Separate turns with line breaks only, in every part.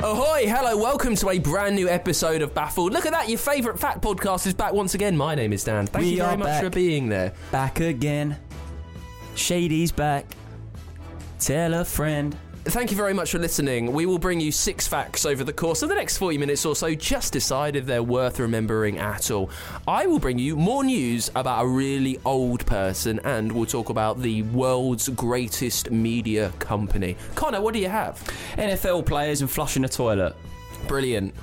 Ahoy, hello, welcome to a brand new episode of Baffled. Look at that, your favourite fact podcast is back once again. My name is Dan. Thank
We
you very
are
much
back.
for being there.
Back again. Shady's back. Tell a friend.
Thank you very much for listening. We will bring you six facts over the course of the next 40 minutes or so. Just decide if they're worth remembering at all. I will bring you more news about a really old person and we'll talk about the world's greatest media company. Connor, what do you have?
NFL players and flushing a toilet.
Brilliant.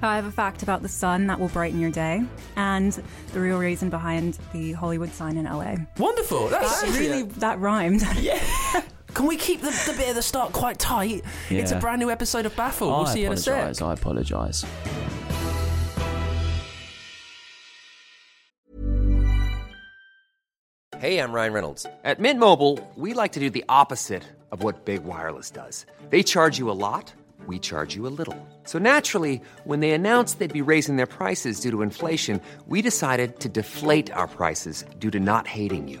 I have a fact about the sun that will brighten your day and the real reason behind the Hollywood sign in LA.
Wonderful. That's
That really that rhymed.
Can we keep the, the bit at the start quite tight? It's a
Yeah.
brand new episode of Baffle. We'll
I
see you in a sec.
apologise. I apologise.
Hey, I'm Ryan Reynolds. At Mint Mobile, we like to do the opposite of what Big Wireless does. They charge you a lot, we charge you a little. So naturally, when they announced they'd be raising their prices due to inflation, we decided to deflate our prices due to not hating you.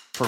For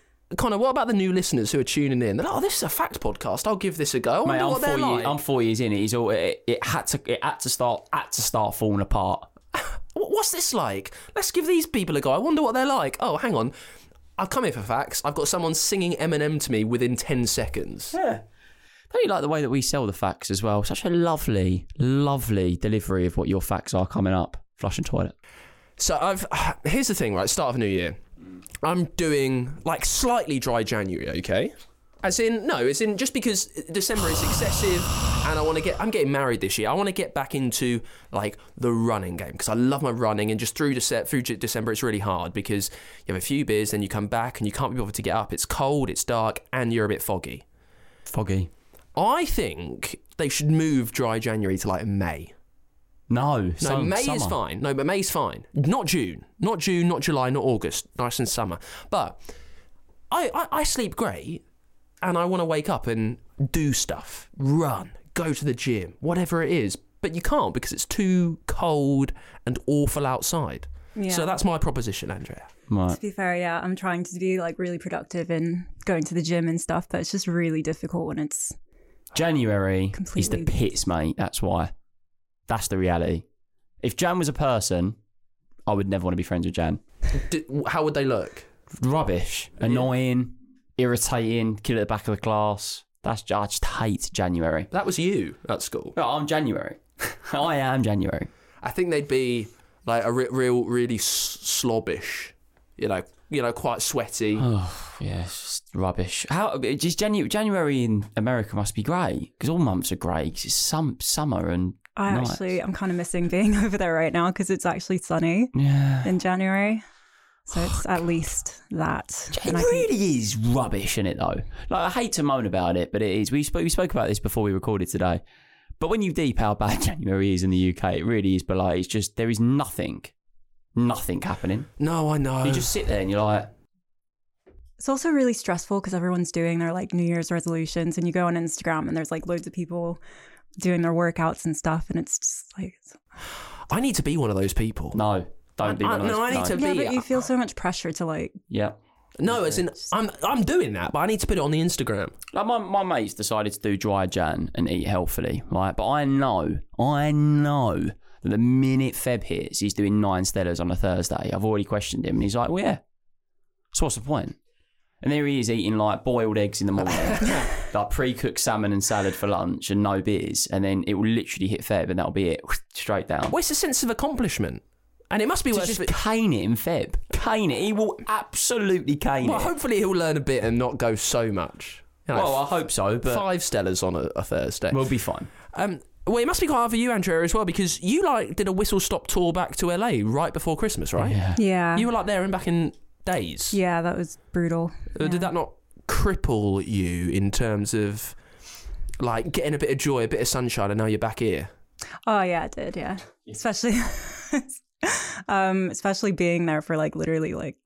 Connor, what about the new listeners who are tuning in? They're like, oh, this is a fact podcast. I'll give this a go. I wonder
Mate, I'm
what
four,
they're
years,
like.
I'm four years in. It's all. It, it had to. It had to start. Had to start falling apart.
Wh- What's this like? Let's give these people a go. I wonder what they're like. Oh, hang on. I've come here for facts. I've got someone singing Eminem to me within 10 seconds.
Yeah. Don't you like the way that we sell the facts as well? Such a lovely, lovely delivery of what your facts are coming up. Flushing toilet.
So I've here's the thing, right? Start of new year. I'm doing like slightly dry January, okay? As in, no, as in just because December is excessive and I want to get, I'm getting married this year. I want to get back into like the running game because I love my running and just through, Dece- through J- December it's really hard because you have a few beers, then you come back and you can't be bothered to get up. It's cold, it's dark, and you're a bit foggy.
Foggy.
I think they should move dry January to like May.
No.
No,
sun-
May is
summer.
fine. No, but May's fine. Not June. Not June, not July, not August. Nice and summer. But I, I, I sleep great and I want to wake up and do stuff, run, go to the gym, whatever it is. But you can't because it's too cold and awful outside. So
Yeah.
that's my proposition, Andrea.
Right.
to be fair, yeah, I'm trying to be like really productive and going to the gym and stuff, but it's just really difficult when it's
January is the
Completely.
pits, mate. That's why. That's the reality. If Jan was a person, I would never want to be friends with Jan.
D how would they look?
Rubbish, annoying, irritating, kid at the back of the class. That's I just hate January.
That was you at school.
No, I'm January. I am January.
I think they'd be like a re- real, really s- slobbish, you know, you know, quite sweaty.
Oh yeah, it's just rubbish. How just January? January in America must be great because all months are great. 'cause it's some summer and
I
nights.
actually I'm kind of missing being over there right now because it's actually sunny
yeah.
in January. So it's at least that.
It
And I can-
really is rubbish, isn't it? Though, like I hate to moan about it, but it is. We spoke we spoke about this before we recorded today. But when you deep how bad January is in the UK, it really is. But like, it's just there is nothing, nothing happening.
No, I know.
Oh.
You just sit there and you're like,
It's also really stressful because everyone's doing their like New Year's resolutions, and you go on Instagram and there's like loads of people doing their workouts and stuff, and it's just like
I need to be one of those people.
no, don't be
I-
one of those.
no, I need to-
yeah,
be-
but you feel so much pressure to like
Yeah.
No, as in I'm I'm doing that, but I need to put it on the Instagram.
Like my, my mates decided to do dry Jan and eat healthily, right? But I know, I know that the minute Feb hits, he's doing nine Stellas on a Thursday. I've already questioned him, and he's like, well, yeah. So what's the point? And there he is eating like boiled eggs in the morning, like pre cooked salmon and salad for lunch and no beers. And then it will literally hit Feb, and that'll be it, straight down.
Well, it's a sense of accomplishment, and it must be
To
worth
just
it.
cane it in Feb. Cane it. He will absolutely cane
Well,
it.
hopefully he'll learn a bit and not go so much. You know,
Well, I hope so, but
five Stellas on a, a Thursday.
we'll be fine.
Um, well, it must be quite hard for you, Andrea, as well, because you like did a whistle stop tour back to LA right before Christmas, right?
Yeah.
Yeah.
You were like there and back in days.
yeah, that was brutal.
Uh,
Yeah.
Did that not cripple you in terms of like getting a bit of joy, a bit of sunshine, and now you're back here?
Oh yeah, it did. Yeah, especially, um, especially being there for like literally like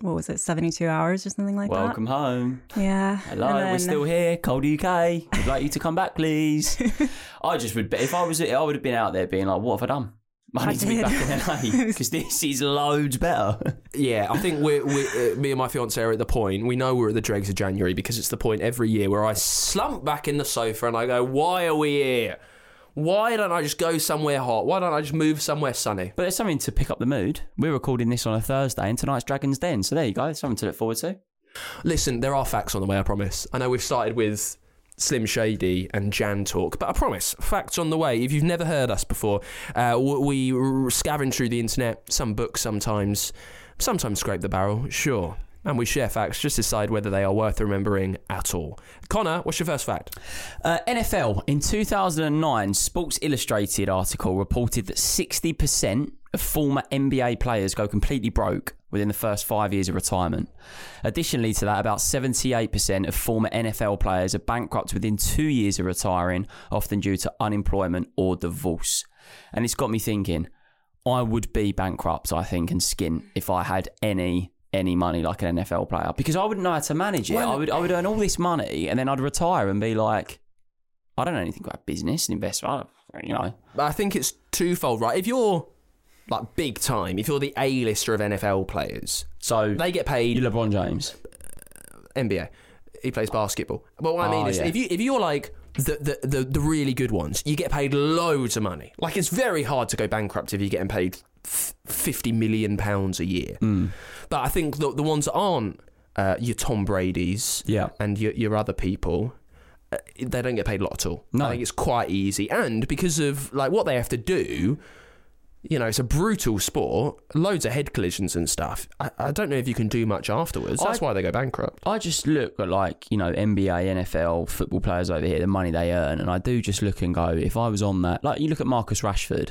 what was it, seventy two hours or something like
Welcome home.
that. Yeah.
Hello,
And
we're
then-
still here. Cold UK. We'd like you to come back, please. I just would, if I was, I would have been out there being like, what have I done? I
I
need to be
did.
back in LA because this is loads better.
Yeah, I think we're, we uh, me and my fiance are at the point. We know we're at the dregs of January because it's the point every year where I slump back in the sofa and I go, "Why are we here? Why don't I just go somewhere hot? Why don't I just move somewhere sunny?"
But there's something to pick up the mood. We're recording this on a Thursday, and tonight's Dragons Den. So there you go. There's something to look forward to.
Listen, there are facts on the way. I promise. I know we've started with. Slim Shady and Jan talk, but I promise, facts on the way. If you've never heard us before, uh, w- we r- scavenge through the internet, some books sometimes, sometimes scrape the barrel, sure. And we share facts, just decide whether they are worth remembering at all. Connor, what's your first fact?
Uh, NFL in 2009, Sports Illustrated article reported that 60% of former NBA players go completely broke within the first five years of retirement. Additionally to that, about 78% of former NFL players are bankrupt within two years of retiring, often due to unemployment or divorce. And it's got me thinking. I would be bankrupt, I think, and skint if I had any any money like an NFL player because I wouldn't know how to manage it. I would I would earn all this money and then I'd retire and be like, I don't know anything about business and investment. I don't, you know,
I think it's twofold, right? If you're like big time, if you're the A-lister of NFL players,
so
they get paid
you LeBron James.
NBA. He plays basketball. But what I mean
Oh,
is,
yeah.
if you if you're like the, the the the really good ones, you get paid loads of money. Like it's very hard to go bankrupt if you're getting paid f- fifty million pounds a year.
Mm.
But I think the the ones that aren't uh, your Tom Brady's,
Yeah.
and your your other people. uh, They don't get paid a lot at all.
No.
I think it's quite easy, and because of like what they have to do, you know, it's a brutal sport. Loads of head collisions and stuff. I, I don't know if you can do much afterwards. That's
I-
why they go bankrupt.
I just look at like, you know, NBA, NFL, football players over here, the money they earn, and I do just look and go, if I was on that like you look at Marcus Rashford,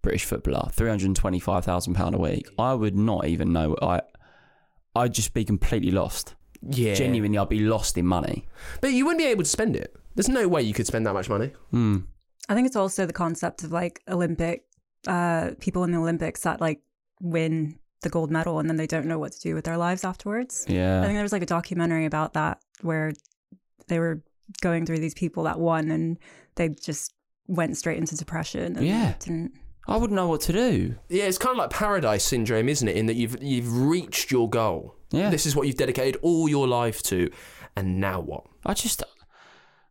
British footballer, three hundred and twenty five thousand pound a week, I would not even know I I'd just be completely lost.
Yeah.
genuinely I'd be lost in money.
But you wouldn't be able to spend it. There's no way you could spend that much money.
Hmm.
I think it's also the concept of like Olympic uh, people in the Olympics that like win the gold medal and then they don't know what to do with their lives afterwards.
Yeah.
I think there was like a documentary about that where they were going through these people that won and they just went straight into depression. And
Yeah.
Didn't,
I wouldn't know what to do.
Yeah, it's kind of like paradise syndrome, isn't it? In that you've you've reached your goal.
Yeah.
This is what you've dedicated all your life to, and now what?
I just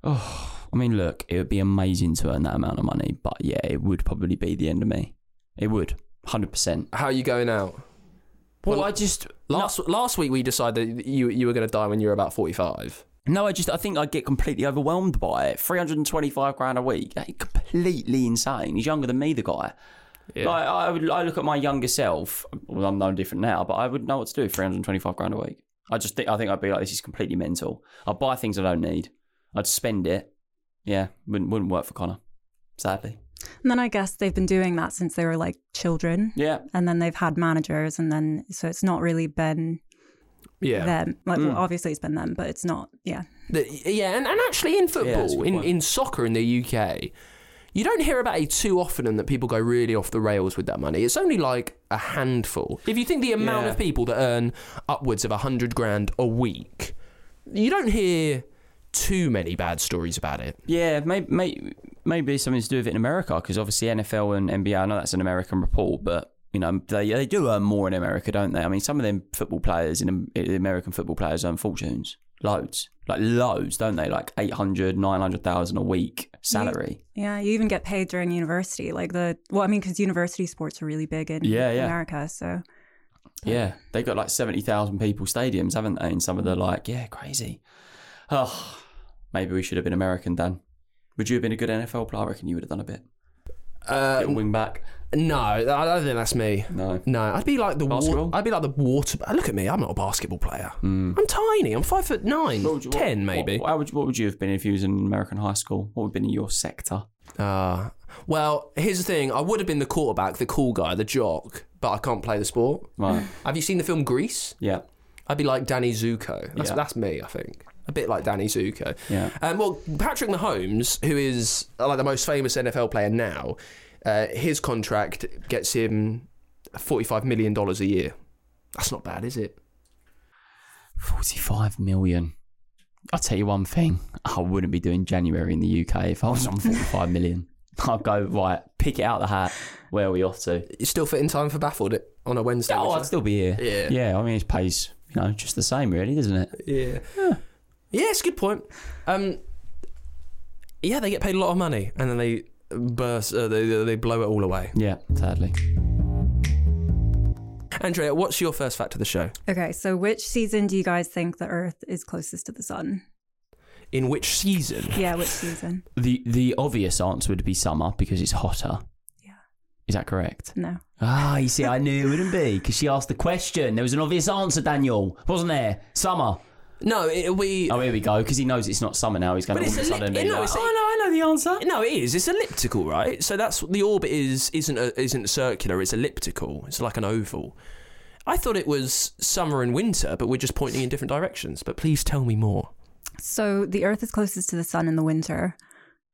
Oh I mean look, it would be amazing to earn that amount of money, but yeah, it would probably be the end of me. It would. Hundred percent.
How are you going out?
Well, I just
Last last week we decided that you you were going to die when you were about 45.
no, I just I think I'd get completely overwhelmed by it. Three hundred and twenty five grand a week. Like, completely insane. He's younger than me, the guy. Like I would I look at my younger self, well I'm no different now, but I wouldn't know what to do with three hundred and twenty five grand a week. I just think I think I'd be like, this is completely mental. I'd buy things I don't need. I'd spend it. Yeah, wouldn't wouldn't work for Connor. Sadly.
and then I guess they've been doing that since they were like children.
Yeah.
And then they've had managers, and then so it's not really been
Yeah.
them. Like,
Mm.
well, obviously it's been them, but it's not. Yeah,
The- yeah, and, and actually in
Yeah, that's a
football,
good
in,
point.
in soccer in the UK, you don't hear about it too often and that people go really off the rails with that money. It's only like a handful. If you think the amount
Yeah.
of people that earn upwards of 100 grand a week, you don't hear too many bad stories about it.
Yeah, maybe maybe, maybe it's something to do with it in America because obviously NFL and NBA. I know that's an American report, but you know they they do earn more in America, don't they? I mean, some of them football players in the American football players earn fortunes, loads, like loads, don't they? Like 800, 900,000 a week salary.
yeah. You even get paid during university, like the well, I mean, because university sports are really big in
Yeah, yeah.
America. So
Yeah, they got like seventy thousand people stadiums, haven't they? And some of the like, yeah, crazy. Oh, maybe we should have been American, Dan. Would you have been a good NFL player? I reckon you would have done a bit. Little wing back.
No, I don't think that's me.
No.
no, I'd be like the
Basketball? Hmm.
water. I'd be like the water. Look at me. I'm not a basketball player. I'm tiny. I'm five foot nine,
What would you- what-
ten maybe.
What, how would you, what would you have been if you was in American high school? What would have been in your sector?
Uh, well, here's the thing. I would have been the quarterback, the cool guy, the jock, but I can't play the sport.
Right.
Have you seen the film Grease?
Yeah.
I'd be like Danny Zuko. That's,
Yeah.
that's me, I think. A bit like Danny Zuko.
Yeah.
Um, well, Patrick Mahomes, who is uh, like the most famous NFL player now, uh, his contract gets him forty-five million dollars a year. That's not bad, is it?
45 million. I'll tell you one thing. I wouldn't be doing January in the UK if I was on 45 million. I'd go, right, pick it out the hat. Where are we off to?
You still fit in time for Baffled it- on a Wednesday?
Oh,
would
I'd
you?
still be here.
Yeah.
Yeah, I mean, it pays, you know, just the same, really, doesn't it?
Yeah. Yeah, it's a good point. Um, yeah, they get paid a lot of money, and then they burst, uh, they they blow it all away.
Yeah, sadly.
Andrea, what's your first fact of the show?
Okay, so which season do you guys think the Earth is closest to the sun?
In which season?
Yeah, which season?
The the obvious answer would be summer because it's hotter.
Yeah.
Is that correct?
No.
Ah, you see, I knew it wouldn't be because she asked the question. There was an obvious answer, Daniel, wasn't there? Summer.
No, it'll be.
Oh, here we go because he knows it's not summer now. He's going
But
to all
it's
of a
a li-
sudden. be
you know,
like,
it's a-
"Oh, no, I know the answer.
No, it is. It's elliptical, right? So that's the orbit is isn't a, isn't circular. It's elliptical. It's like an oval. I thought it was summer and winter, but we're just pointing in different directions. But please tell me more.
So the Earth is closest to the sun in the winter,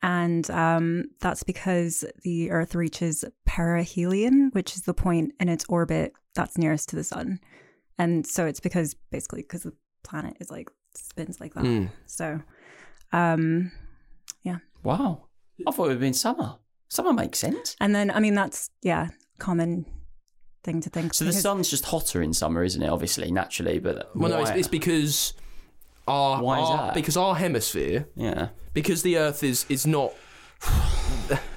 and um, that's because the Earth reaches perihelion, which is the point in its orbit that's nearest to the sun, and so it's because basically because the planet is like spins like that.
Hmm.
So, um,
Wow. I thought it would have been summer. Summer makes sense.
and then I mean that's yeah common thing to think.
So the
because-
sun's just hotter in summer, isn't it? Obviously, naturally, but
Well, no, it's,
why-
it's because our,
Why is
our-
that?
because our hemisphere
yeah,
because the Earth is is not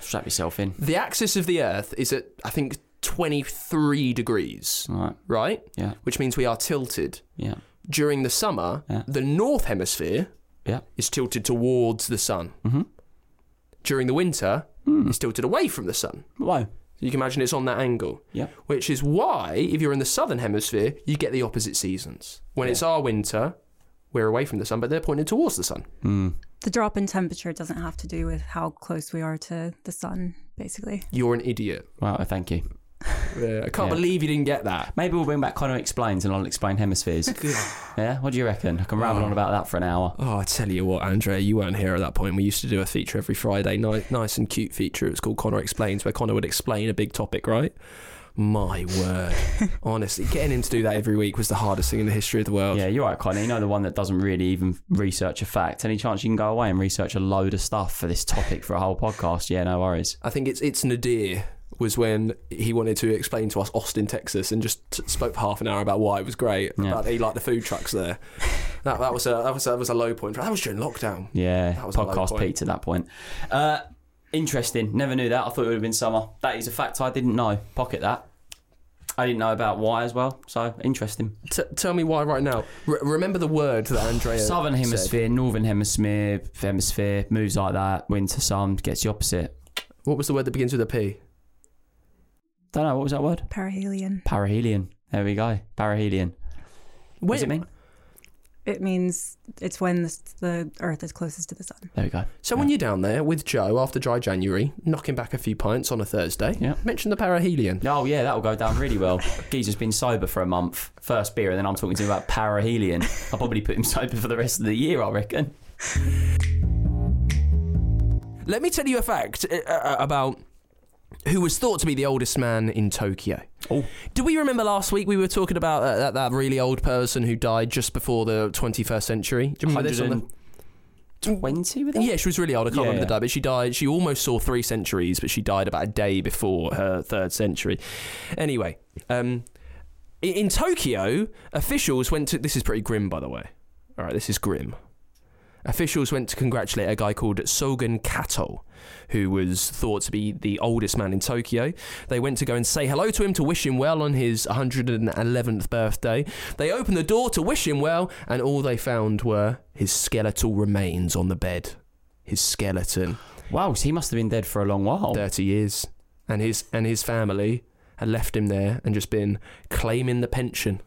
strap yourself in.
the axis of the Earth is at I think twenty three degrees,
All right.
right?
Yeah.
Which means we are tilted
Yeah.
during the summer.
Yeah.
The North Hemisphere
Yeah.
is tilted towards the sun.
Mm-hmm.
During the winter,
Hmm.
it's tilted away from the sun.
Wow.
So you can imagine it's on that angle.
Yeah.
Which is why, if you're in the southern hemisphere, you get the opposite seasons. When it's our winter, we're away from the sun, but they're pointed towards the sun.
the drop in temperature doesn't have to do with how close we are to the sun, basically.
You're an idiot.
Wow. Thank you.
Yeah, I can't
Yeah.
believe you didn't get that.
Maybe we'll bring back Connor explains, and I'll explain hemispheres. yeah. What do you reckon? I can ramble on about that for an hour.
Oh, I tell you what, Andrea, you weren't here at that point. We used to do a feature every Friday, nice, nice and cute feature. It was called Connor Explains, where Connor would explain a big topic, right? My word. Honestly, getting him to do that every week was the hardest thing in the history of the world.
Yeah, you're right, Connor. You know the one that doesn't really even research a fact. Any chance you can go away and research a load of stuff for this topic for a whole podcast? Yeah, no worries.
I think it's it's Nadir was when he wanted to explain to us Austin, Texas, and just t- spoke for half an hour about why it was great,
Yeah.
about he liked the food trucks there. That, that was a that was a, that was a low point. That was during lockdown.
Yeah,
That was a low
podcast
point.
peaked at that point. Uh, interesting. Never knew that. I thought it would have been summer. That is a fact I didn't know. Pocket that. I didn't know about why as well. So interesting.
T- tell me why right now. Re- remember the word that Andrea
Southern
said.
hemisphere, northern hemisphere, hemisphere moves like that. Winter, sun gets the opposite.
What was the word that begins with a P?
Don't know what was that word.
Perihelion.
Parahelion. There we go. Parahelion. What does it mean?
It means it's when the, the Earth is closest to the sun.
There we go.
So when you're down there with Joe after dry January, knocking back a few pints on a Thursday,
Yeah.
mention the perihelion.
Oh yeah, that'll go down really well. Geezer's been sober for a month. First beer, and then I'm talking to him about parahelion. I'll probably put him sober for the rest of the year, I reckon.
Let me tell you a fact uh, uh, about who was thought to be the oldest man in Tokyo.
Oh.
Do we remember last week we were talking about uh, that, that really old person who died just before the 21st century? Do you remember this? On the-
120 with that?
yeah, she was really old. I can't
Yeah,
remember the
yeah.
date, but she died. She almost saw three centuries, but she died about a day before her third century. Anyway, um, i- in Tokyo, officials went to. This is pretty grim, by the way. All right, this is grim. Officials went to congratulate a guy called Sogen Kato, who was thought to be the oldest man in Tokyo. They went to go and say hello to him to wish him well on his 111th birthday. They opened the door to wish him well, and all they found were his skeletal remains on the bed. His skeleton.
Wow, so he must have been dead for a long while.
30 years. and his and his family had left him there and just been claiming the pension.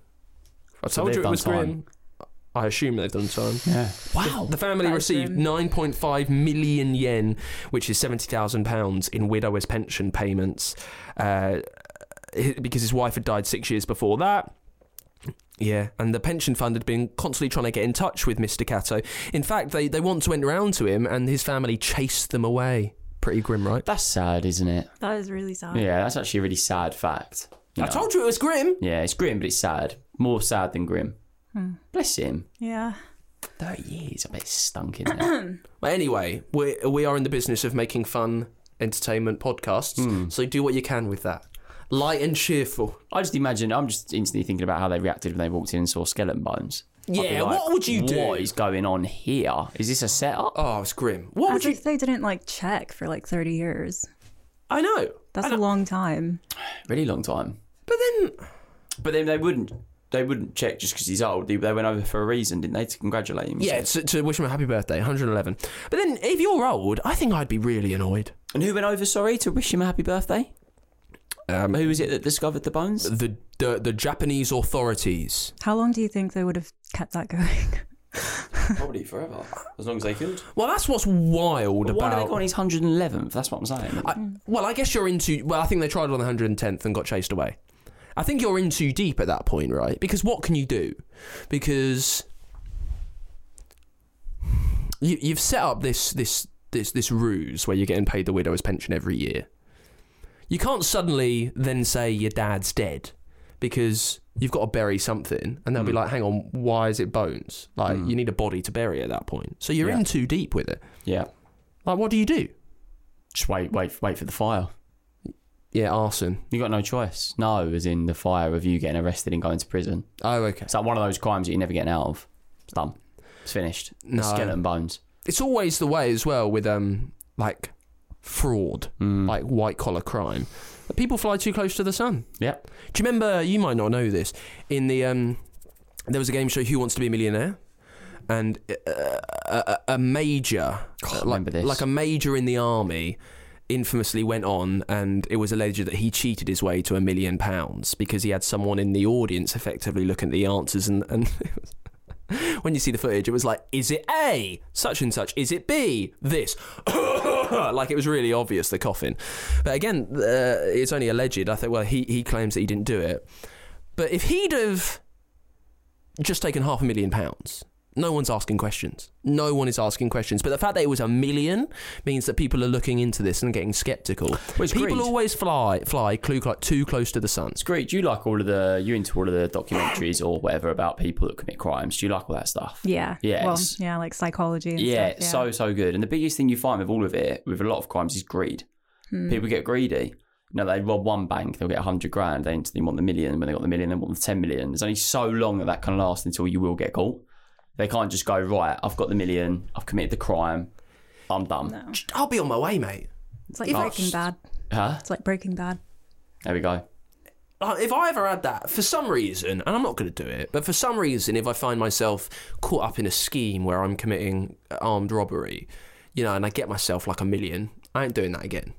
I
So
told
they've
you it
done
was grim. I assume they've done time.
Yeah.
Wow. The, family
That is
received
grim.
9.5 million yen, which is 70,000 pounds in widower's pension payments, uh, hi- because his wife had died six years before that. Yeah, and the pension fund had been constantly trying to get in touch with Mr. Cato. In fact, they, they once went round to him and his family chased them away. Pretty grim, right?
That's sad, isn't it?
That is really sad.
Yeah, that's actually a really sad fact. You
I
know?
told you it was grim.
Yeah, it's grim, but it's sad. More sad than grim. Bless him.
Yeah.
30 years, I bet it's stunk in there.
Well, anyway, we we are in the business of making fun entertainment podcasts, so do what you can with that. Light and cheerful.
I just imagine, I'm just instantly thinking about how they reacted when they walked in and saw skeleton bones. I'd be
Yeah, what would you do?
What is going on here? Is this a setup?
Oh, it's grim. What would
As
you?
if they didn't like check for like 30 years.
I know.
That's a long time.
Really long time.
But then,
But then they wouldn't. They wouldn't check just because he's old. They, they went over for a reason, didn't they? To congratulate him.
yeah, to, to wish him a happy birthday, 111. But then, if you're old, I think I'd be really annoyed.
And who went over? Sorry, to wish him a happy birthday.
Um,
Who was it that discovered the bones?
the, the the Japanese authorities.
How long do you think they would have kept that going?
Probably forever, as long as they could.
Well, that's what's wild
But why did they
about.
go on his hundred and eleventh? That's what I'm saying.
I, well, I guess you're into. Well, I think they tried it on the 110th and got chased away. I think you're in too deep at that point, right? Because what can you do? Because you, you've set up this this this this ruse where you're getting paid the widow's pension every year. You can't suddenly then say your dad's dead because you've got to bury something, and they'll be like, "Hang on, why is it bones? Like you need a body to bury at that point." So you're
Yeah.
in too deep with it.
yeah.
Like, what do you do?
Just wait, wait, wait for the fire.
Yeah, arson.
You got no choice. No, as in the fire of you getting arrested and going to prison.
Oh, okay.
It's like one of those crimes that you're never getting out of. It's done. It's finished.
No.
Skeleton bones.
it's always the way as well with um like fraud, like white collar crime. that People fly too close to the sun.
Yep.
Do you remember? You might not know this. In the um, there was a game show Who Wants to Be a Millionaire, and uh, a, a, a major, uh,
God, I
like,
remember this.
like a major in the army, infamously went on, and it was alleged that he cheated his way to a million pounds because he had someone in the audience effectively looking at the answers and. and When you see the footage, it was like, is it A? Such and such. Is it B? This. like it was really obvious, the coffin. But again, uh, it's only alleged. I think, well, he, he claims that he didn't do it. But if he'd have just taken half a million pounds, no one's asking questions. No one is asking questions. But the fact that it was a million means that people are looking into this and getting skeptical.
Which
people
greed.
always fly fly clu- cl- too close to the sun.
It's great. Do you like all of the? You into all of the documentaries or whatever about people that commit crimes? Do you like all that stuff?
Yeah.
Yeah.
Well,
it's-
yeah, like psychology and
yeah,
stuff.
so so good. And the biggest thing you find with all of it, with a lot of crimes, is greed.
Hmm.
People get greedy. No, they rob one bank, they'll get hundred grand. They instantly want the million. When they got the million, they want the ten million. There's only so long that that can last until you will get caught. They can't just go right. I've got the million. I've committed the crime. I'm done.
I'll be on my way, mate.
It's like Breaking Bad.
Huh?
It's like Breaking Bad.
There we go.
Like, if I ever had that, for some reason, and I'm not going to do it, but for some reason, if I find myself caught up in a scheme where I'm committing armed robbery, you know, and I get myself like a million, I ain't doing that again.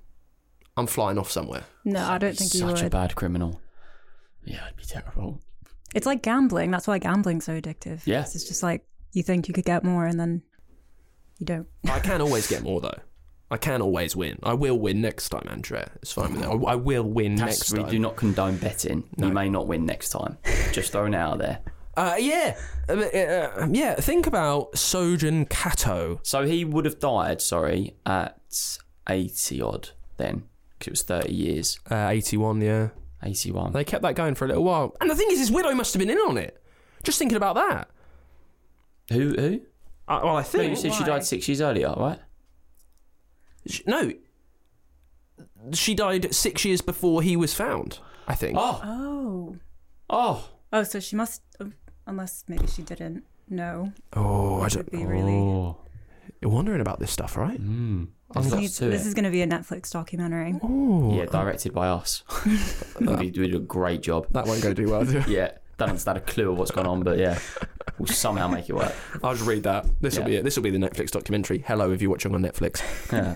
I'm flying off somewhere.
No, I don't think you
Such a
would.
bad criminal. Yeah, it'd be terrible.
It's like gambling. That's why gambling's so addictive.
Yeah.
'Cause It's just like you think you could get more and then you don't.
I can always get more though. I can always win. I will win next time, Andrea. It's fine with that. I, I will win
That's-
next
we
time.
do not condone betting. You may not win next time. Just throwing it out there.
Uh, yeah, Uh, uh, yeah. Think about Sojin Kato.
So he would have died, sorry, at 80 odd then, because it was 30 years.
Uh, 81. Yeah,
81.
they kept that going for a little while. And the thing is, his widow must have been in on it. Just thinking about that.
who? Who?
Uh, well, I
No,
Oh
think
you said she died six years earlier, right?
Sh- No. She died six years before he was found, I think.
Oh,
Oh.
oh.
Oh, so she must, unless maybe she didn't know.
Oh, I
It
don't.
would be really.
Oh.
You're wondering about this stuff, right?
There's
Need-
lots to
this
it.
is going to be a Netflix documentary.
yeah, directed by us. we did a great job.
That won't go too well.
Yeah, don't understand a clue of what's going on, but yeah, we'll somehow make it work.
I'll just read that. This will
Yeah.
be it. This will be the Netflix documentary. Hello, if you're watching on Netflix.
Yeah.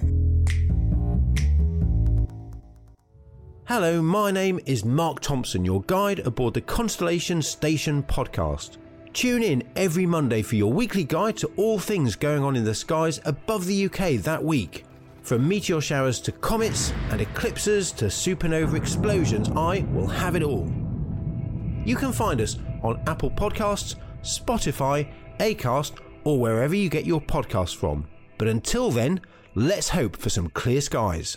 Hello, my name is Mark Thompson, your guide aboard the Constellation Station podcast. Tune in every Monday for your weekly guide to all things going on in the skies above the UK that week. From meteor showers to comets and eclipses to supernova explosions, I will have it all. You can find us on Apple Podcasts, Spotify, Acast, or wherever you get your podcasts from. But until then, let's hope for some clear skies.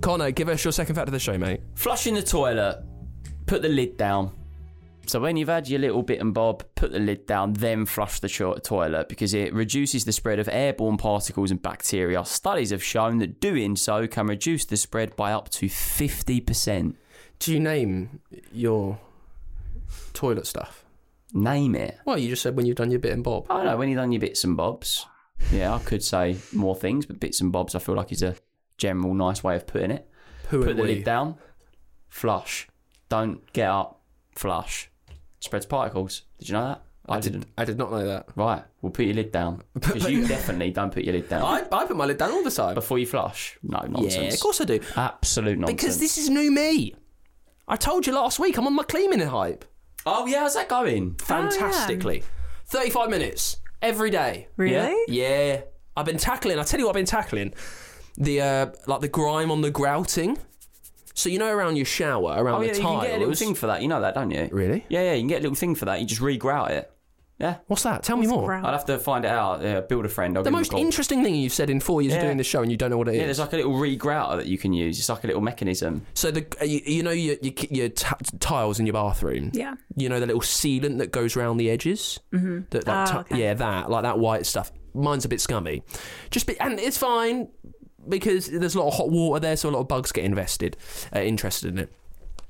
Connor, give us your second fact of the show, mate.
Flushing the toilet, put the lid down. So when you've had your little bit and bob, put the lid down, then flush the cho- toilet because it reduces the spread of airborne particles and bacteria. Studies have shown that doing so can reduce the spread by up to 50%.
Do you name your toilet stuff?
Name it.
Well, you just said when you've done your bit and bob.
I don't know, when you've done your bits and bobs, yeah, I could say more things, but bits and bobs I feel like is a general nice way of putting it.
Who
Put
are
the
we?
lid down, flush. Don't get up, flush. Spreads particles. Did you know that? I, didn't.
I did not know that.
Right, we'll put your lid down. Because you definitely don't put your lid down.
I, I put my lid down all the time.
Before you flush. No, nonsense.
Yeah, of course I do.
Absolute nonsense.
Because this is new me. I told you last week I'm on my cleaning hype.
Oh, yeah, how's that going?
Fantastically. 35 minutes every day.
Really?
Yeah. I've been tackling, I tell you what I've been tackling. The uh like the grime on the grouting. So you know around your shower, around
Oh, yeah,
the
you
tiles.
can get a little thing for that. You know that, don't you?
Really?
Yeah, yeah, you can get a little thing for that. You just regrout it. Yeah.
What's that? Tell me more.
Grout.
I'd have to find it out. Yeah, build a friend. I'll
The
give him a
most
call.
interesting thing you've said in four years of
Yeah.
doing this show, and you don't know what it is.
Yeah, there's like a little regrouter that you can use. It's like a little mechanism.
so the uh, you, you know your your, ki- your t- tiles in your bathroom.
Yeah.
You know the little sealant that goes round the edges. Mm-hmm. That like,
Ah,
tu-
okay.
yeah, that like that white stuff. Mine's a bit scummy. Just be, and it's fine because there's a lot of hot water there, so a lot of bugs get invested, uh, interested in it.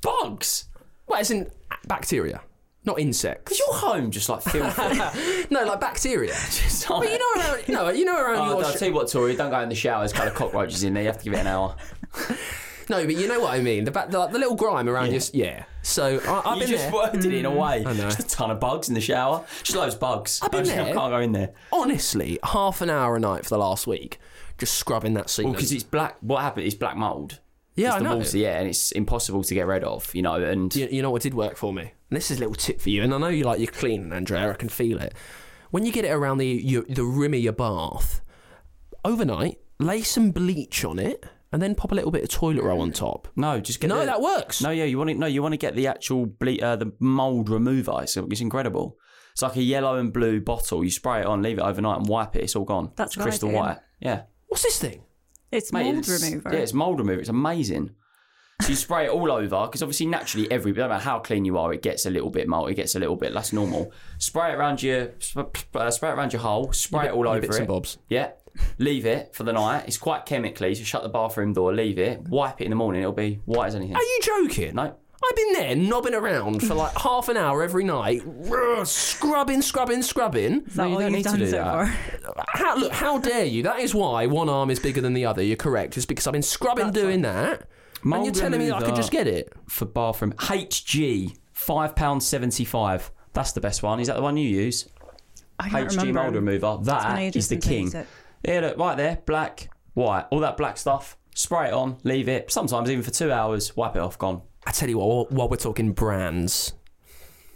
Bugs!
Well, as in bacteria, not insects.
Is your home just like filthy?
no, like bacteria.
Just
But
like-
you know around, no, you know around
Oh,
your.
I'll
sh-
tell you what, Tori, don't go in the shower. There's kind of cockroaches in there. You have to give it an hour.
no, but you know what I mean. The, ba- the, the little grime around your. s- Yeah. So I, I've
you
been
just
there.
worded it in a way.
know.
Just a ton of bugs in the shower. Just loads of bugs.
I've been
I just
there.
can't go in there.
honestly, half an hour a night for the last week, just scrubbing that seat.
Well, because Oh, it's black. What happened? It's black mold.
Yeah,
it's
I
the
know.
Water, yeah, and it's impossible to get rid of. You know, and
you, you know what did work for me. And this is a little tip for you, and I know you like your cleaning, Andrea. I can feel it. When you get it around the your, the rim of your bath, overnight, lay some bleach on it, and then pop a little bit of toilet roll on top.
no, just get
No,
the-
that works.
No, yeah, you want to no, you want to get the actual ble- uh, the mold remover. It's, it's incredible. It's like a yellow and blue bottle. You spray it on, leave it overnight, and wipe it. It's all gone.
That's
it's
what I
crystal
did.
white. Yeah,
What's this thing?
It's
Mate,
mold
it's-
remover.
Yeah, it's mold remover. It's amazing. So you spray it all over because obviously naturally every no matter how clean you are, it gets a little bit mold. It gets a little bit. That's normal. Spray it around your sp- sp- uh, spray it around your hole. Spray it all
your
over
bits
it.
and bobs.
Yeah. Leave it for the night. It's quite chemically. So shut the bathroom door. Leave it. Wipe it in the morning. It'll be white as anything.
Are you joking?
No.
I I've been there knobbing around for like half an hour every night, rrr, scrubbing, scrubbing, scrubbing.
Is that all you've done so far?
How, look, how dare you? That is why one arm is bigger than the other. You're correct. It's because I've been scrubbing doing that. and you're
Mulder
telling me that I can
Mover
just get it?
for bathroom HG five pound seventy five. That's the best one. Is that the one you use?
I can't
HG
remember.
mold remover.
been
That
ages
is the
since I
king.
used it.
Yeah, look right there, black, white, all that black stuff. Spray it on, leave it. Sometimes even for two hours, wipe it off, gone.
I tell you what, while, while we're talking brands,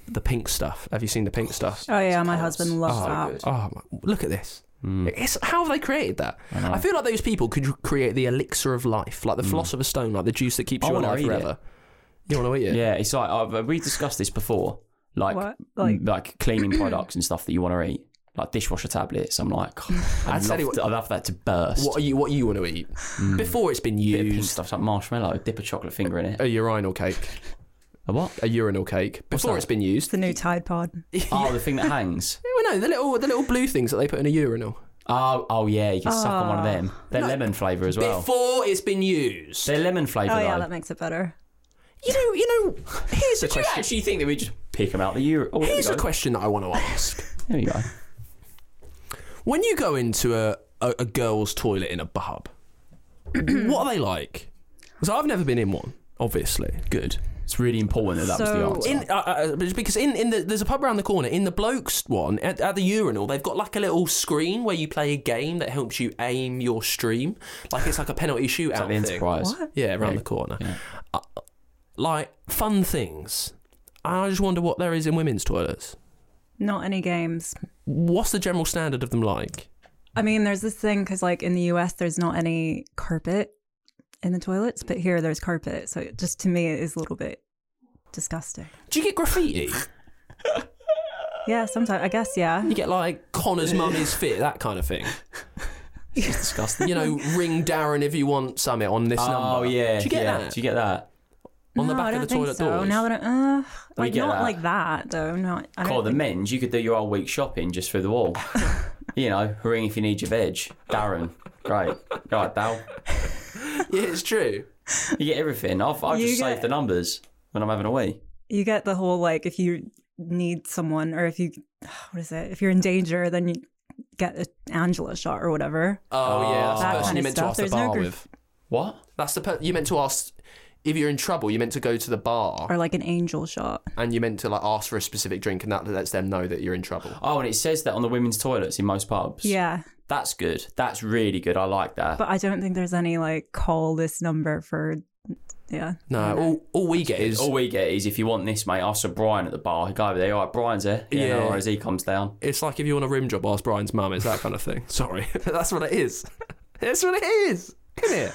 the pink stuff. Have you seen the pink stuff?
Oh yeah, my husband loves that.
Oh, my- look at this.
Hmm.
It's, how have they created that? I, feel like those people could create the elixir of life, like the philosopher's stone, like the juice that keeps
Hmm. Oh, I
you
wanna
alive
read it.
forever. You want to eat
Yeah,
it?
it's like i we discussed this before, like
What? Like-
like, cleaning products and stuff that you want to eat, like dishwasher tablets. I'm like, God, I'd,
tell
love
you what-
to- I'd love that to burst.
What are you? What you want to eat? Before it's been
Bit of pink
used.
stuff like marshmallow, dip a chocolate finger in it.
A urinal cake.
A what?
A urinal cake. Before
that?
it's been
It's
used.
the new Tide Pod.
Oh, the thing that hangs.
Well, no, the little the little blue things that they put in a urinal.
Oh, oh yeah, you can suck on
Ah.
one of them. They're lemon flavour as well.
Before it's been used.
They're lemon flavour
Oh
though.
yeah, that makes it better.
You know. You know. Here's a
Do you
question.
actually think that we just pick them out the euro? Oh, there
Here's
we
a
go.
question that I want to ask.
There you go.
When you go into a, a, a girl's toilet in a pub, what are they like? Because I've never been in one, obviously.
Good. It's really important that that
So-
was the answer.
In, uh, uh, because in, in the, there's a pub around the corner, in the blokes one, at, at the urinal, they've got like a little screen where you play a game that helps you aim your stream. Like it's like a penalty shootout
It's like the
thing.
enterprise.
Yeah, around the corner. Uh, like fun things. I just wonder what there is in women's toilets.
Not any games.
What's the general standard of them like?
I mean, there's this thing because, like, in the US, there's not any carpet in the toilets, but here there's carpet. So, it just to me, it is a little bit disgusting.
Do you get graffiti?
Yeah, sometimes I guess. Yeah,
You get like Connor's mum is fit, that kind of thing.
It's disgusting.
You know, ring Darren if you want some it on this
Oh
number.
yeah.
Do you get
yeah.
that?
Do you get that?
on the
No,
back
I
of
don't
the
think
toilet
so.
doors.
Now that I, uh, like
get
not
that.
like that though. Not. I don't
Call the
think-
men's. You could do your whole week shopping just through the wall. you know, ring if you need your veg. Darren, great. Right, Dal.
yeah, it's true.
You get everything. I've, I've
You
just
get-
saved the numbers when I'm having a wee.
You get the whole like if you need someone or if you what is it? If you're in danger, then you get an Angela shot or whatever.
Uh.
Oh, yeah, that's
That
the person
kind
you
of
meant to
stuff.
ask the
There's no
bar
graf-
with.
What?
That's the per- you meant to ask if you're in trouble. You meant to go to the bar
Or like an angel shot.
and you meant to like ask for a specific drink, and that lets them know that you're in trouble.
Oh, and it says that on the women's toilets in most pubs.
Yeah,
That's good. That's really good. I like that.
but I don't think there's any like call this number for. Yeah.
No, all, all we get is
All we get is if you want this, mate, ask for Brian at the bar. Go over there. All right, Brian's there. Yeah.
Yeah.
no worries, he comes down.
it's like if you want a rim job, ask Brian's mum. It's that kind of thing. Sorry, that's what it is. That's what it is, isn't it?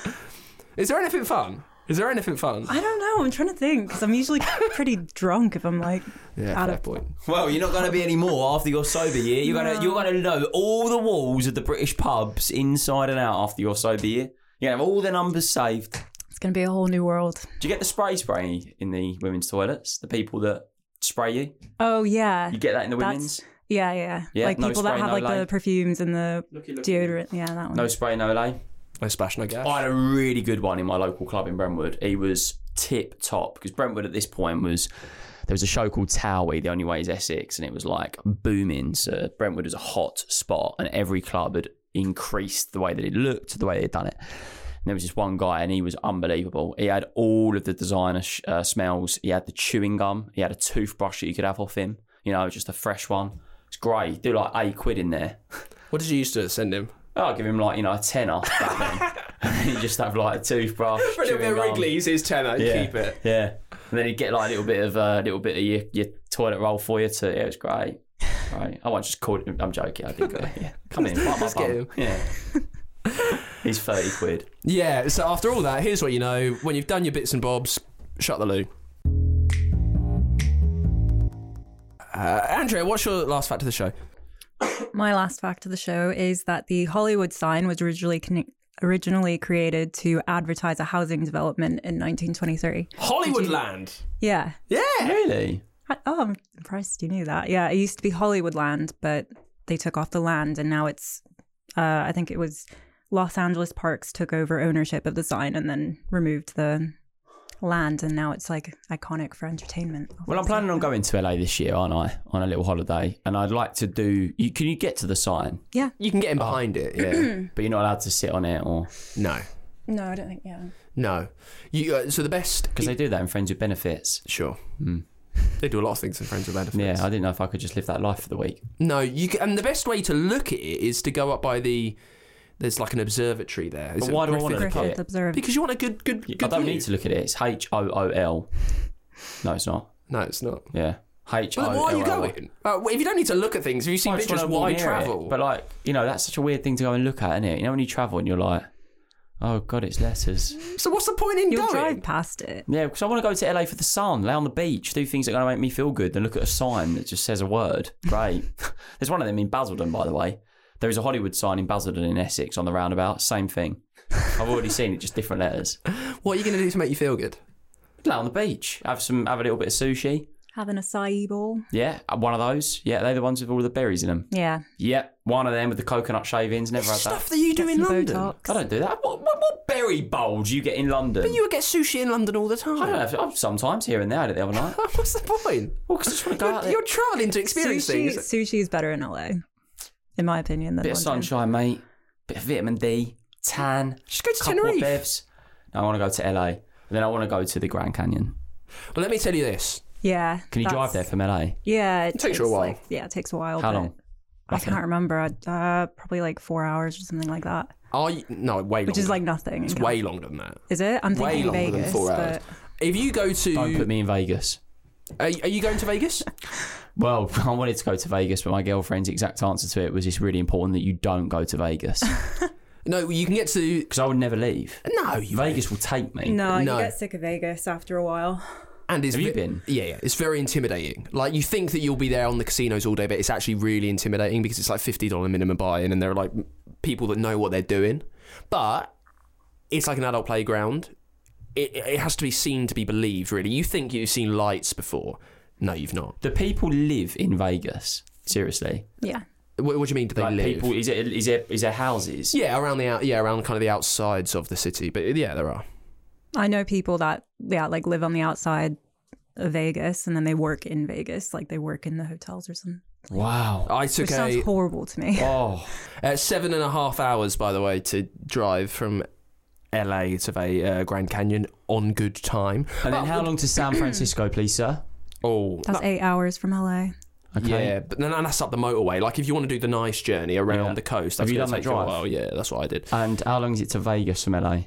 Is there anything fun? Is there anything fun?
I don't know. I'm trying to think because I'm usually pretty drunk if I'm like
Yeah,
out
fair
of
point.
Well, you're not going to be any more after your sober year. You're going to you're going to know all the walls of the British pubs inside and out after your sober year. You're going to have all the numbers saved.
It's gonna be a whole new world.
Do you get the spray spray in the women's toilets? The people that spray you,
Oh yeah,
you get that in the
That's-
women's.
yeah, yeah.
Yeah,
like
no
people that
spray,
have
no
like the
lay.
perfumes and the deodorant. Yeah, that one.
No spray, no lay.
No splash, no gas.
I had a really good one in my local club in Brentwood. He was tip top because Brentwood at this point was there was a show called Towie, the only way is Essex, and it was like booming. So Brentwood was a hot spot, and every club had increased the way that it looked, the way they'd done it. And there was this one guy, and he was unbelievable. He had all of the designer sh- uh, smells. He had the chewing gum. He had a toothbrush that you could have off him. You know, just a fresh one. It's great. Do like eight quid in there.
What did you used to send him?
I'll give him like you know a tenner. back then. you just have like a toothbrush, chewing gum.
his tenner.
yeah. Yeah, and then he'd get like a little bit of a little bit of your, your toilet roll for you too. Yeah, it was great. Right, I won't just call it. I'm joking. I didn't. Yeah, come in. Bite my
get
bum.
him.
Yeah, he's thirty quid.
Yeah. So after all that, here's what you know: when you've done your bits and bobs, shut the loo. Uh, Andrea, what's your last fact of the show?
My last fact of the show is that the Hollywood sign was originally con- originally created to advertise a housing development in 1923.
Hollywoodland.
Yeah.
Really?
I- oh, I'm impressed you knew that. Yeah, it used to be Hollywoodland, but they took off the land and now it's uh, I think it was Los Angeles Parks took over ownership of the sign and then removed the land, and now it's like iconic for entertainment.
Well, I'm planning on going to LA this year, aren't I? On a little holiday, and I'd like to do. You, can you get to the sign?
Yeah.
You can get in
Oh.
behind it. Yeah.
But you're not allowed to sit on it, or
no.
No, I don't think. Yeah.
No. You. Uh, so the best.
because they do that in Friends with Benefits.
Sure. They do a lot of things in Friends with Benefits.
Hmm. Yeah, I didn't know if I could just live that life for the week.
No, you can, and the best way to look at it is to go up by the. There's like an observatory there. Is
But
it
why do I want
Griffith?
to look
Griffith
at it?
observed.
Because you want a good, good, good.
I don't
view.
need to look at it. It's H O O L. No, it's not.
No, it's not.
Yeah, H O O
But
L.
then why are you going? Uh, if you don't need to look at things, have you seen
I just
pictures?
wanna walk
Why
near it.
travel?
But like, you know, that's such a weird thing to go and look at, isn't it? You know, when you travel and you're like, oh god, it's letters.
so what's the point in
You'll
going?
drive past it.
Yeah, because I want to go to LA for the sun, lay on the beach, do things that are going to make me feel good, then look at a sign that just says a word. Great. There's one of them in Basildon, by the way. There is a Hollywood sign in Basildon in Essex on the roundabout. Same thing. I've already seen it, just different letters.
What are you going to do to make you feel good?
Lay on the beach, have some, have a little bit of sushi.
Have an acai bowl.
Yeah, uh, one of those. Yeah, they're the ones with all the berries in them.
Yeah.
Yep, one of them with the coconut shavings. Never had
Stuff
that.
that you do
Get
in
some
London.
Botox.
I don't do that. What, what, what berry bowl do you get in London?
But you would get sushi in London all the time.
I don't know. if- I've sometimes here and there. I did it the other night.
what's the point?
Well, 'cause I just want to go out
You're,
there.
you're traveling to experience
Sushi,
things.
sushi is better in LA, in my opinion. Than
Bit of
London.
sunshine, mate. Bit of vitamin D. Tan.
Just go to
couple
Tenerife.
Of bevs. No, I want to go to LA. And then I want to go to the Grand Canyon.
Well, let me tell you this.
Yeah.
Can you drive
that's-
there from LA?
Yeah, it,
takes you a while.
like- yeah, it takes a while.
How
but
long?
I can't remember. Uh, probably like four hours or something like that,
Are you, no, way longer.
which is like nothing.
it's way longer than that.
Is it? I'm
way
thinking
longer
Vegas.
than four hours.
but
If you go to,
Don't put me in Vegas.
are, are you going to Vegas?
Well, I wanted to go to Vegas, but my girlfriend's exact answer to it was it's really important that you don't go to Vegas
no, you can get to.
because I would never leave.
No, you
Vegas will take me.
no,
No.
you get sick of Vegas after a while.
And it's
Have you
ve-
been?
Yeah, yeah, it's very intimidating. Like you think that you'll be there on the casinos all day, but it's actually really intimidating because it's like fifty dollar minimum buy-in, and there are like m- people that know what they're doing. But it's like an adult playground. It, it has to be seen to be believed. Really, you think you've seen lights before? No, you've not.
The people live in Vegas. Seriously,
Yeah,
What, what do you mean? Do they
like
live?
people, is it is there is there houses?
yeah, around the out, yeah, around kind of the outsides of the city. But yeah, there are.
I know people that yeah, like live on the outside of Vegas and then they work in Vegas, like they work in the hotels or something.
Wow.
I
Which
took
sounds
a
horrible to me.
Oh,
uh, seven and a half hours, by the way, to drive from LA to the uh, Grand Canyon on good time.
and then
But-
how long to San Francisco, please, sir?
Oh,
That's eight hours from LA.
yeah, but then that's up the motorway. Like if you want to do the nice journey around
Yeah.
the coast,
Have
that's
you
gonna
done that
take you
drive?
A while. Yeah, that's what I did.
And how long is it to Vegas from LA?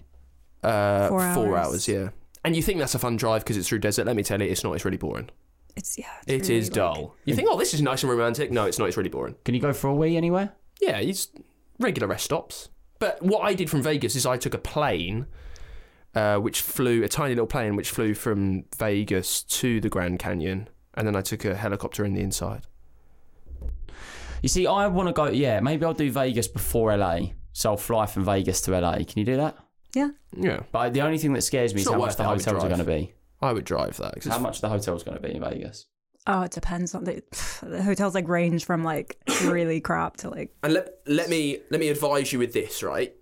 Uh,
Four hours.
Yeah, and you think that's a fun drive because it's through desert. Let me tell you, it's not. It's really boring.
It's yeah,
It is
it's really, like-
dull. you think, oh, this is nice and romantic. No, it's not. It's really boring.
Can you go for a wee anywhere?
Yeah, it's regular rest stops. But what I did from Vegas is I took a plane, uh, which flew a tiny little plane, which flew from Vegas to the Grand Canyon, and then I took a helicopter in the inside.
You see, I want to go. Yeah, maybe I'll do Vegas before LA. So I'll fly from Vegas to LA. Can you do that?
Yeah,
Yeah,
But the only thing that scares me
It's not
is how
worth
much the
it, I would
hotels are going
drive.
to be.
I would drive that. 'cause
How
it's
much the hotels going to be in Vegas?
Oh, it depends on the, the hotels. Like range from like really crap to like
And let let me let me advise you with this, right?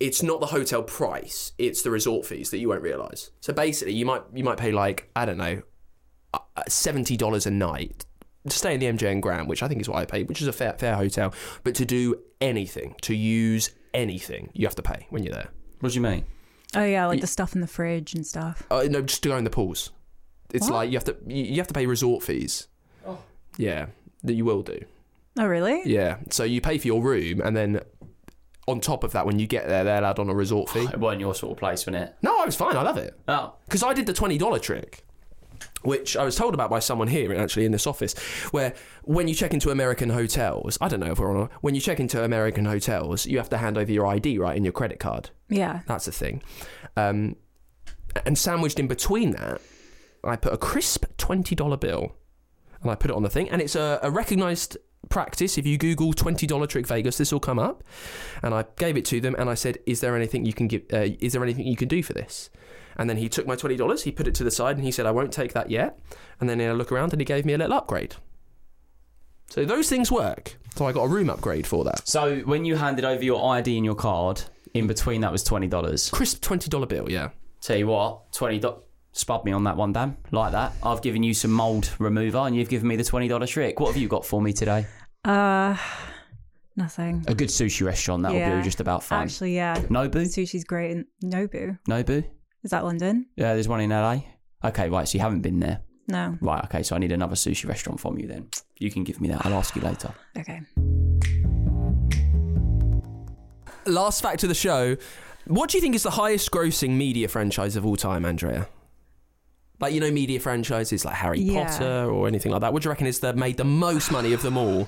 It's not the hotel price; it's the resort fees that you won't realise. So basically, you might you might pay like I don't know, uh, seventy dollars a night to stay in the MJ and Grand, which I think is what I paid, which is a fair fair hotel. But to do anything, to use anything, you have to pay when you're there.
What do you mean?
oh yeah, like the stuff in the fridge and stuff.
Uh, no, just to go in the pools. It's
What?
like you have to you you have to pay resort fees. Yeah, that you will do.
Oh really?
Yeah. So you pay for your room, and then on top of that, when you get there, they'll add on a resort fee.
It wasn't your sort of place, wasn't it?
No, I was fine. I love it
Oh,
because I did the twenty dollar trick, which I was told about by someone here actually in this office, where when you check into American hotels, I don't know if we're on. When you check into American hotels, you have to hand over your ID right and your credit card.
Yeah.
That's a thing. Um, and sandwiched in between that, I put a crisp $20 bill and I put it on the thing. And it's a, a recognized practice. If you Google $20 trick Vegas, this will come up. And I gave it to them and I said, Is there anything you can give? Uh, is there anything you can do for this? And then he took my $20, he put it to the side and he said, I won't take that yet. And then I look around and he gave me a little upgrade. So those things work. So I got a room upgrade for that.
so when you handed over your ID and your card, in between that was twenty dollars.
Crisp $20 bill, yeah.
Tell you what, twenty dot spud me on that one, Dan. Like that. I've given you some mold remover, and you've given me the twenty dollar trick. What have you got for me today?
Uh, nothing.
A good sushi restaurant that'll
Yeah.
do just about fine.
Actually, yeah.
Nobu,
Sushi's great in Nobu.
Nobu.
Is that London?
Yeah, there's one in LA. Okay, right. So you haven't been there.
No.
Right. Okay. So I need another sushi restaurant from you then. You can give me that. I'll ask you later.
Okay.
Last fact of the show. What do you think is the highest grossing media franchise of all time, Andrea? Like you know, media franchises like Harry
Yeah.
Potter or anything like that. What do you reckon is the made the most money of them all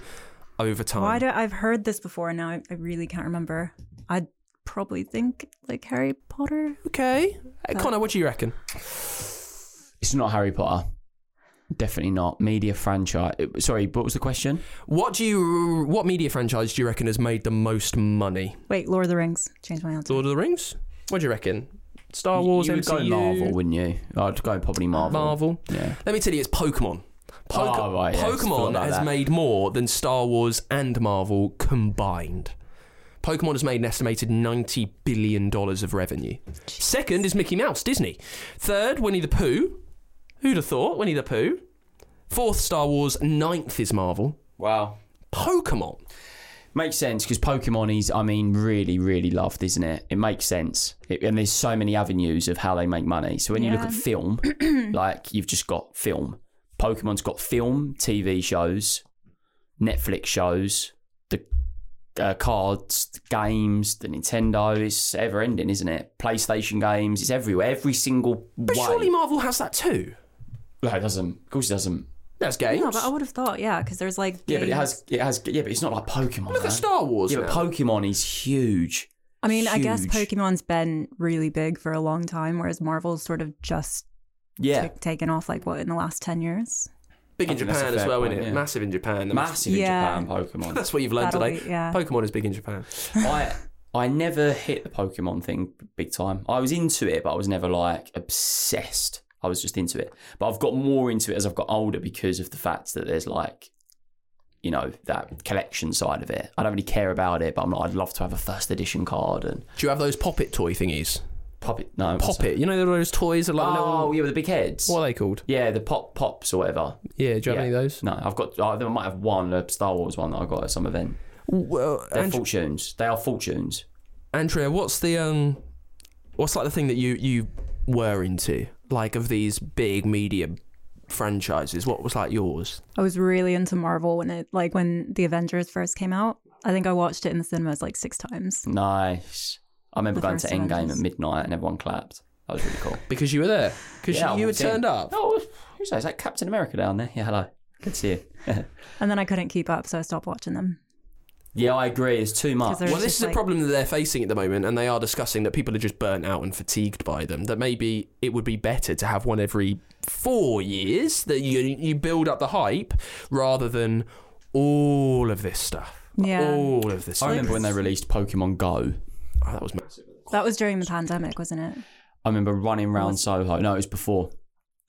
over time?
Why do I've heard this before? and Now I, I really can't remember. I'd probably think like Harry Potter.
okay, hey,
Uh,
Connor, what do you reckon?
It's not Harry Potter. Definitely not. Media franchise. it- Sorry, what was the question?
What do you? What media franchise do you reckon has made the most money?
Wait, Lord of the Rings. Change my answer.
Lord of the Rings. What do you reckon? Star Wars,
you would
MCU,
go Marvel, wouldn't you? I'd go probably Marvel.
Marvel.
Yeah.
Let me tell you, it's Pokemon. Poke-
Oh, right, yeah, it's
Pokemon
thought like
has
that.
made more than Star Wars and Marvel combined. Pokemon has made an estimated $90 billion of revenue. Second is Mickey Mouse, Disney. Third, Winnie the Pooh. Who'd have thought? Winnie the Pooh. Fourth, Star Wars. Ninth is Marvel.
Wow.
Pokemon.
Makes sense because Pokemon is, I mean, really, really loved, isn't it? It makes sense. It, and there's so many avenues of how they make money. So when you look
Yeah.
at film, like you've just got film. Pokemon's got film, TV shows, Netflix shows, the uh, cards, the games, the Nintendo. It's ever ending, isn't it? PlayStation games. It's everywhere. Every single
But
way.
surely Marvel has that too.
no, it doesn't. Of course, it doesn't.
There's games.
No, but I would have thought, yeah, because there's like
Yeah, but it
games.
has. It has. Yeah, but it's not like Pokemon.
Look
man.
at Star Wars.
Yeah,
now.
but Pokemon is huge.
I mean, I guess
Huge.
Pokemon's been really big for a long time, whereas Marvel's sort of just
Yeah.
t- taken off like what in the last ten years.
Big in
I think that's a
Japan as
fair
well,
point,
isn't it?
yeah.
Massive in Japan.
Massive
Yeah.
in Japan, Pokemon.
That's what you've learned
That'll
today.
be- yeah.
Pokemon is big in Japan.
I I never hit the Pokemon thing big time. I was into it, but I was never like obsessed. I was just into it. But I've got more into it as I've got older because of the fact that there's like, you know, that collection side of it. I don't really care about it, but I'm like, I'd love to have a first edition card and
Do you have those poppet toy thingies?
pop it. No, what's
Poppet. You know those toys that
that?
like
Oh,
little,
yeah, with the big heads.
what are they called?
Yeah, the pop pops or whatever.
Yeah, do you have
Yeah.
any of those?
No, I've got. I think I might have one, a Star Wars one that I got at some event.
Well,
They're
uh, And-
fortunes. They are fortunes.
Andrea, what's the um what's like the thing that you you were into? Like of these big media franchises, what was like yours?
I was really into Marvel when it like when the Avengers first came out. I think I watched it in the cinemas like six times.
Nice. I remember
The
going to
first
Endgame
Avengers.
at midnight and everyone clapped. That was really cool.
Because you were there. Because
Yeah, I
you, you had
walked in.
turned up.
Oh, who's that? Is that Captain America down there? Yeah, hello. Good to see you.
And then I couldn't keep up, so I stopped watching them.
yeah, I agree. It's too much.
'Cause there
Well,
was
this
just,
is a
like-
problem that they're facing at the moment, and they are discussing that people are just burnt out and fatigued by them. That maybe it would be better to have one every four years. That you you build up the hype rather than all of this stuff.
Yeah.
all of this.
I
Stuff.
remember when they released Pokemon Go.
Oh, that was massive.
That was during the pandemic, wasn't it?
I remember running around Soho. No, it was before.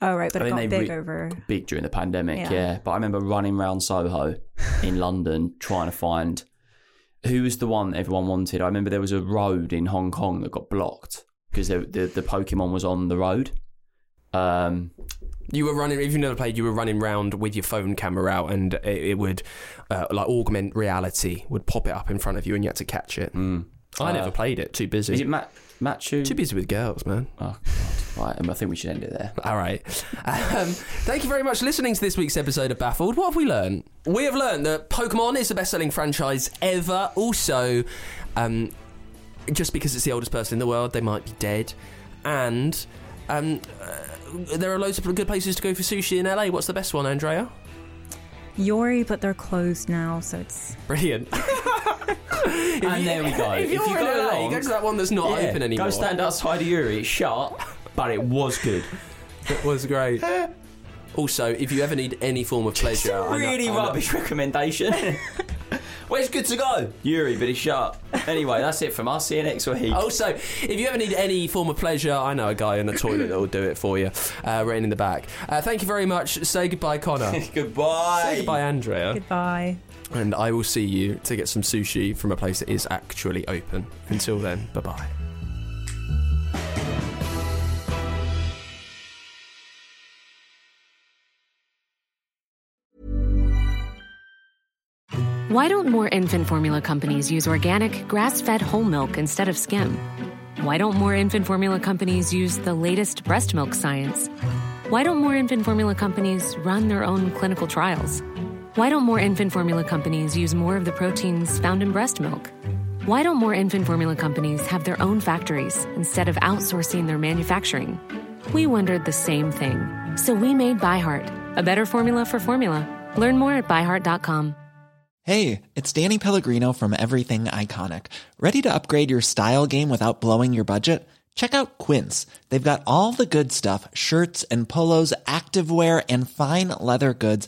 Oh right, but
I
it
think
got
they
big
re-
over.
Big during the pandemic, yeah.
Yeah.
But I remember running around Soho in London trying to find who was the one that everyone wanted. I remember there was a road in Hong Kong that got blocked because the, the, the Pokemon was on the road. Um,
You were running. If you've never played, you were running round with your phone camera out, and it, it would uh, like augment reality would pop it up in front of you, and you had to catch it. I
Uh,
never played it. Too busy.
Is it Matt Machu?
Too busy with girls, man.
Oh, God. right. um, I think we should end it there.
All right. Um, thank you very much for listening to this week's episode of Baffled. What have we learned? We have learned that Pokemon is the best selling franchise ever. Also, um, just because it's the oldest person in the world, they might be dead. And um, uh, there are loads of good places to go for sushi in LA. What's the best one, Andrea?
Yori, but they're closed now, so it's
Brilliant. and
there we go.
If
If
you're
you
in
go
LA,
along-
go to that one that's not
Yeah,
open anymore.
Go stand outside of Uri. It's sharp, but it was good.
It was great. Also, if you ever need any form of pleasure, I know-
really
I know-
rubbish recommendation. well, it's good to go, Uri, but it's sharp. Anyway, that's it from us. See you next week.
Also, if you ever need any form of pleasure, I know a guy in the toilet that will do it for you. Uh, right in the back. Uh, thank you very much. Say goodbye, Connor.
Goodbye.
Say goodbye, Andrea.
goodbye.
And I will see you to get some sushi from a place that is actually open. Until then, bye bye.
Why don't more infant formula companies use organic, grass fed whole milk instead of skim? Why don't more infant formula companies use the latest breast milk science? Why don't more infant formula companies run their own clinical trials? Why don't more infant formula companies use more of the proteins found in breast milk? Why don't more infant formula companies have their own factories instead of outsourcing their manufacturing? We wondered the same thing. So we made ByHeart, a better formula for formula. Learn more at byheart.com.
Hey, it's Danny Pellegrino from Everything Iconic. Ready to upgrade your style game without blowing your budget? Check out Quince. They've got all the good stuff shirts and polos, activewear, and fine leather goods,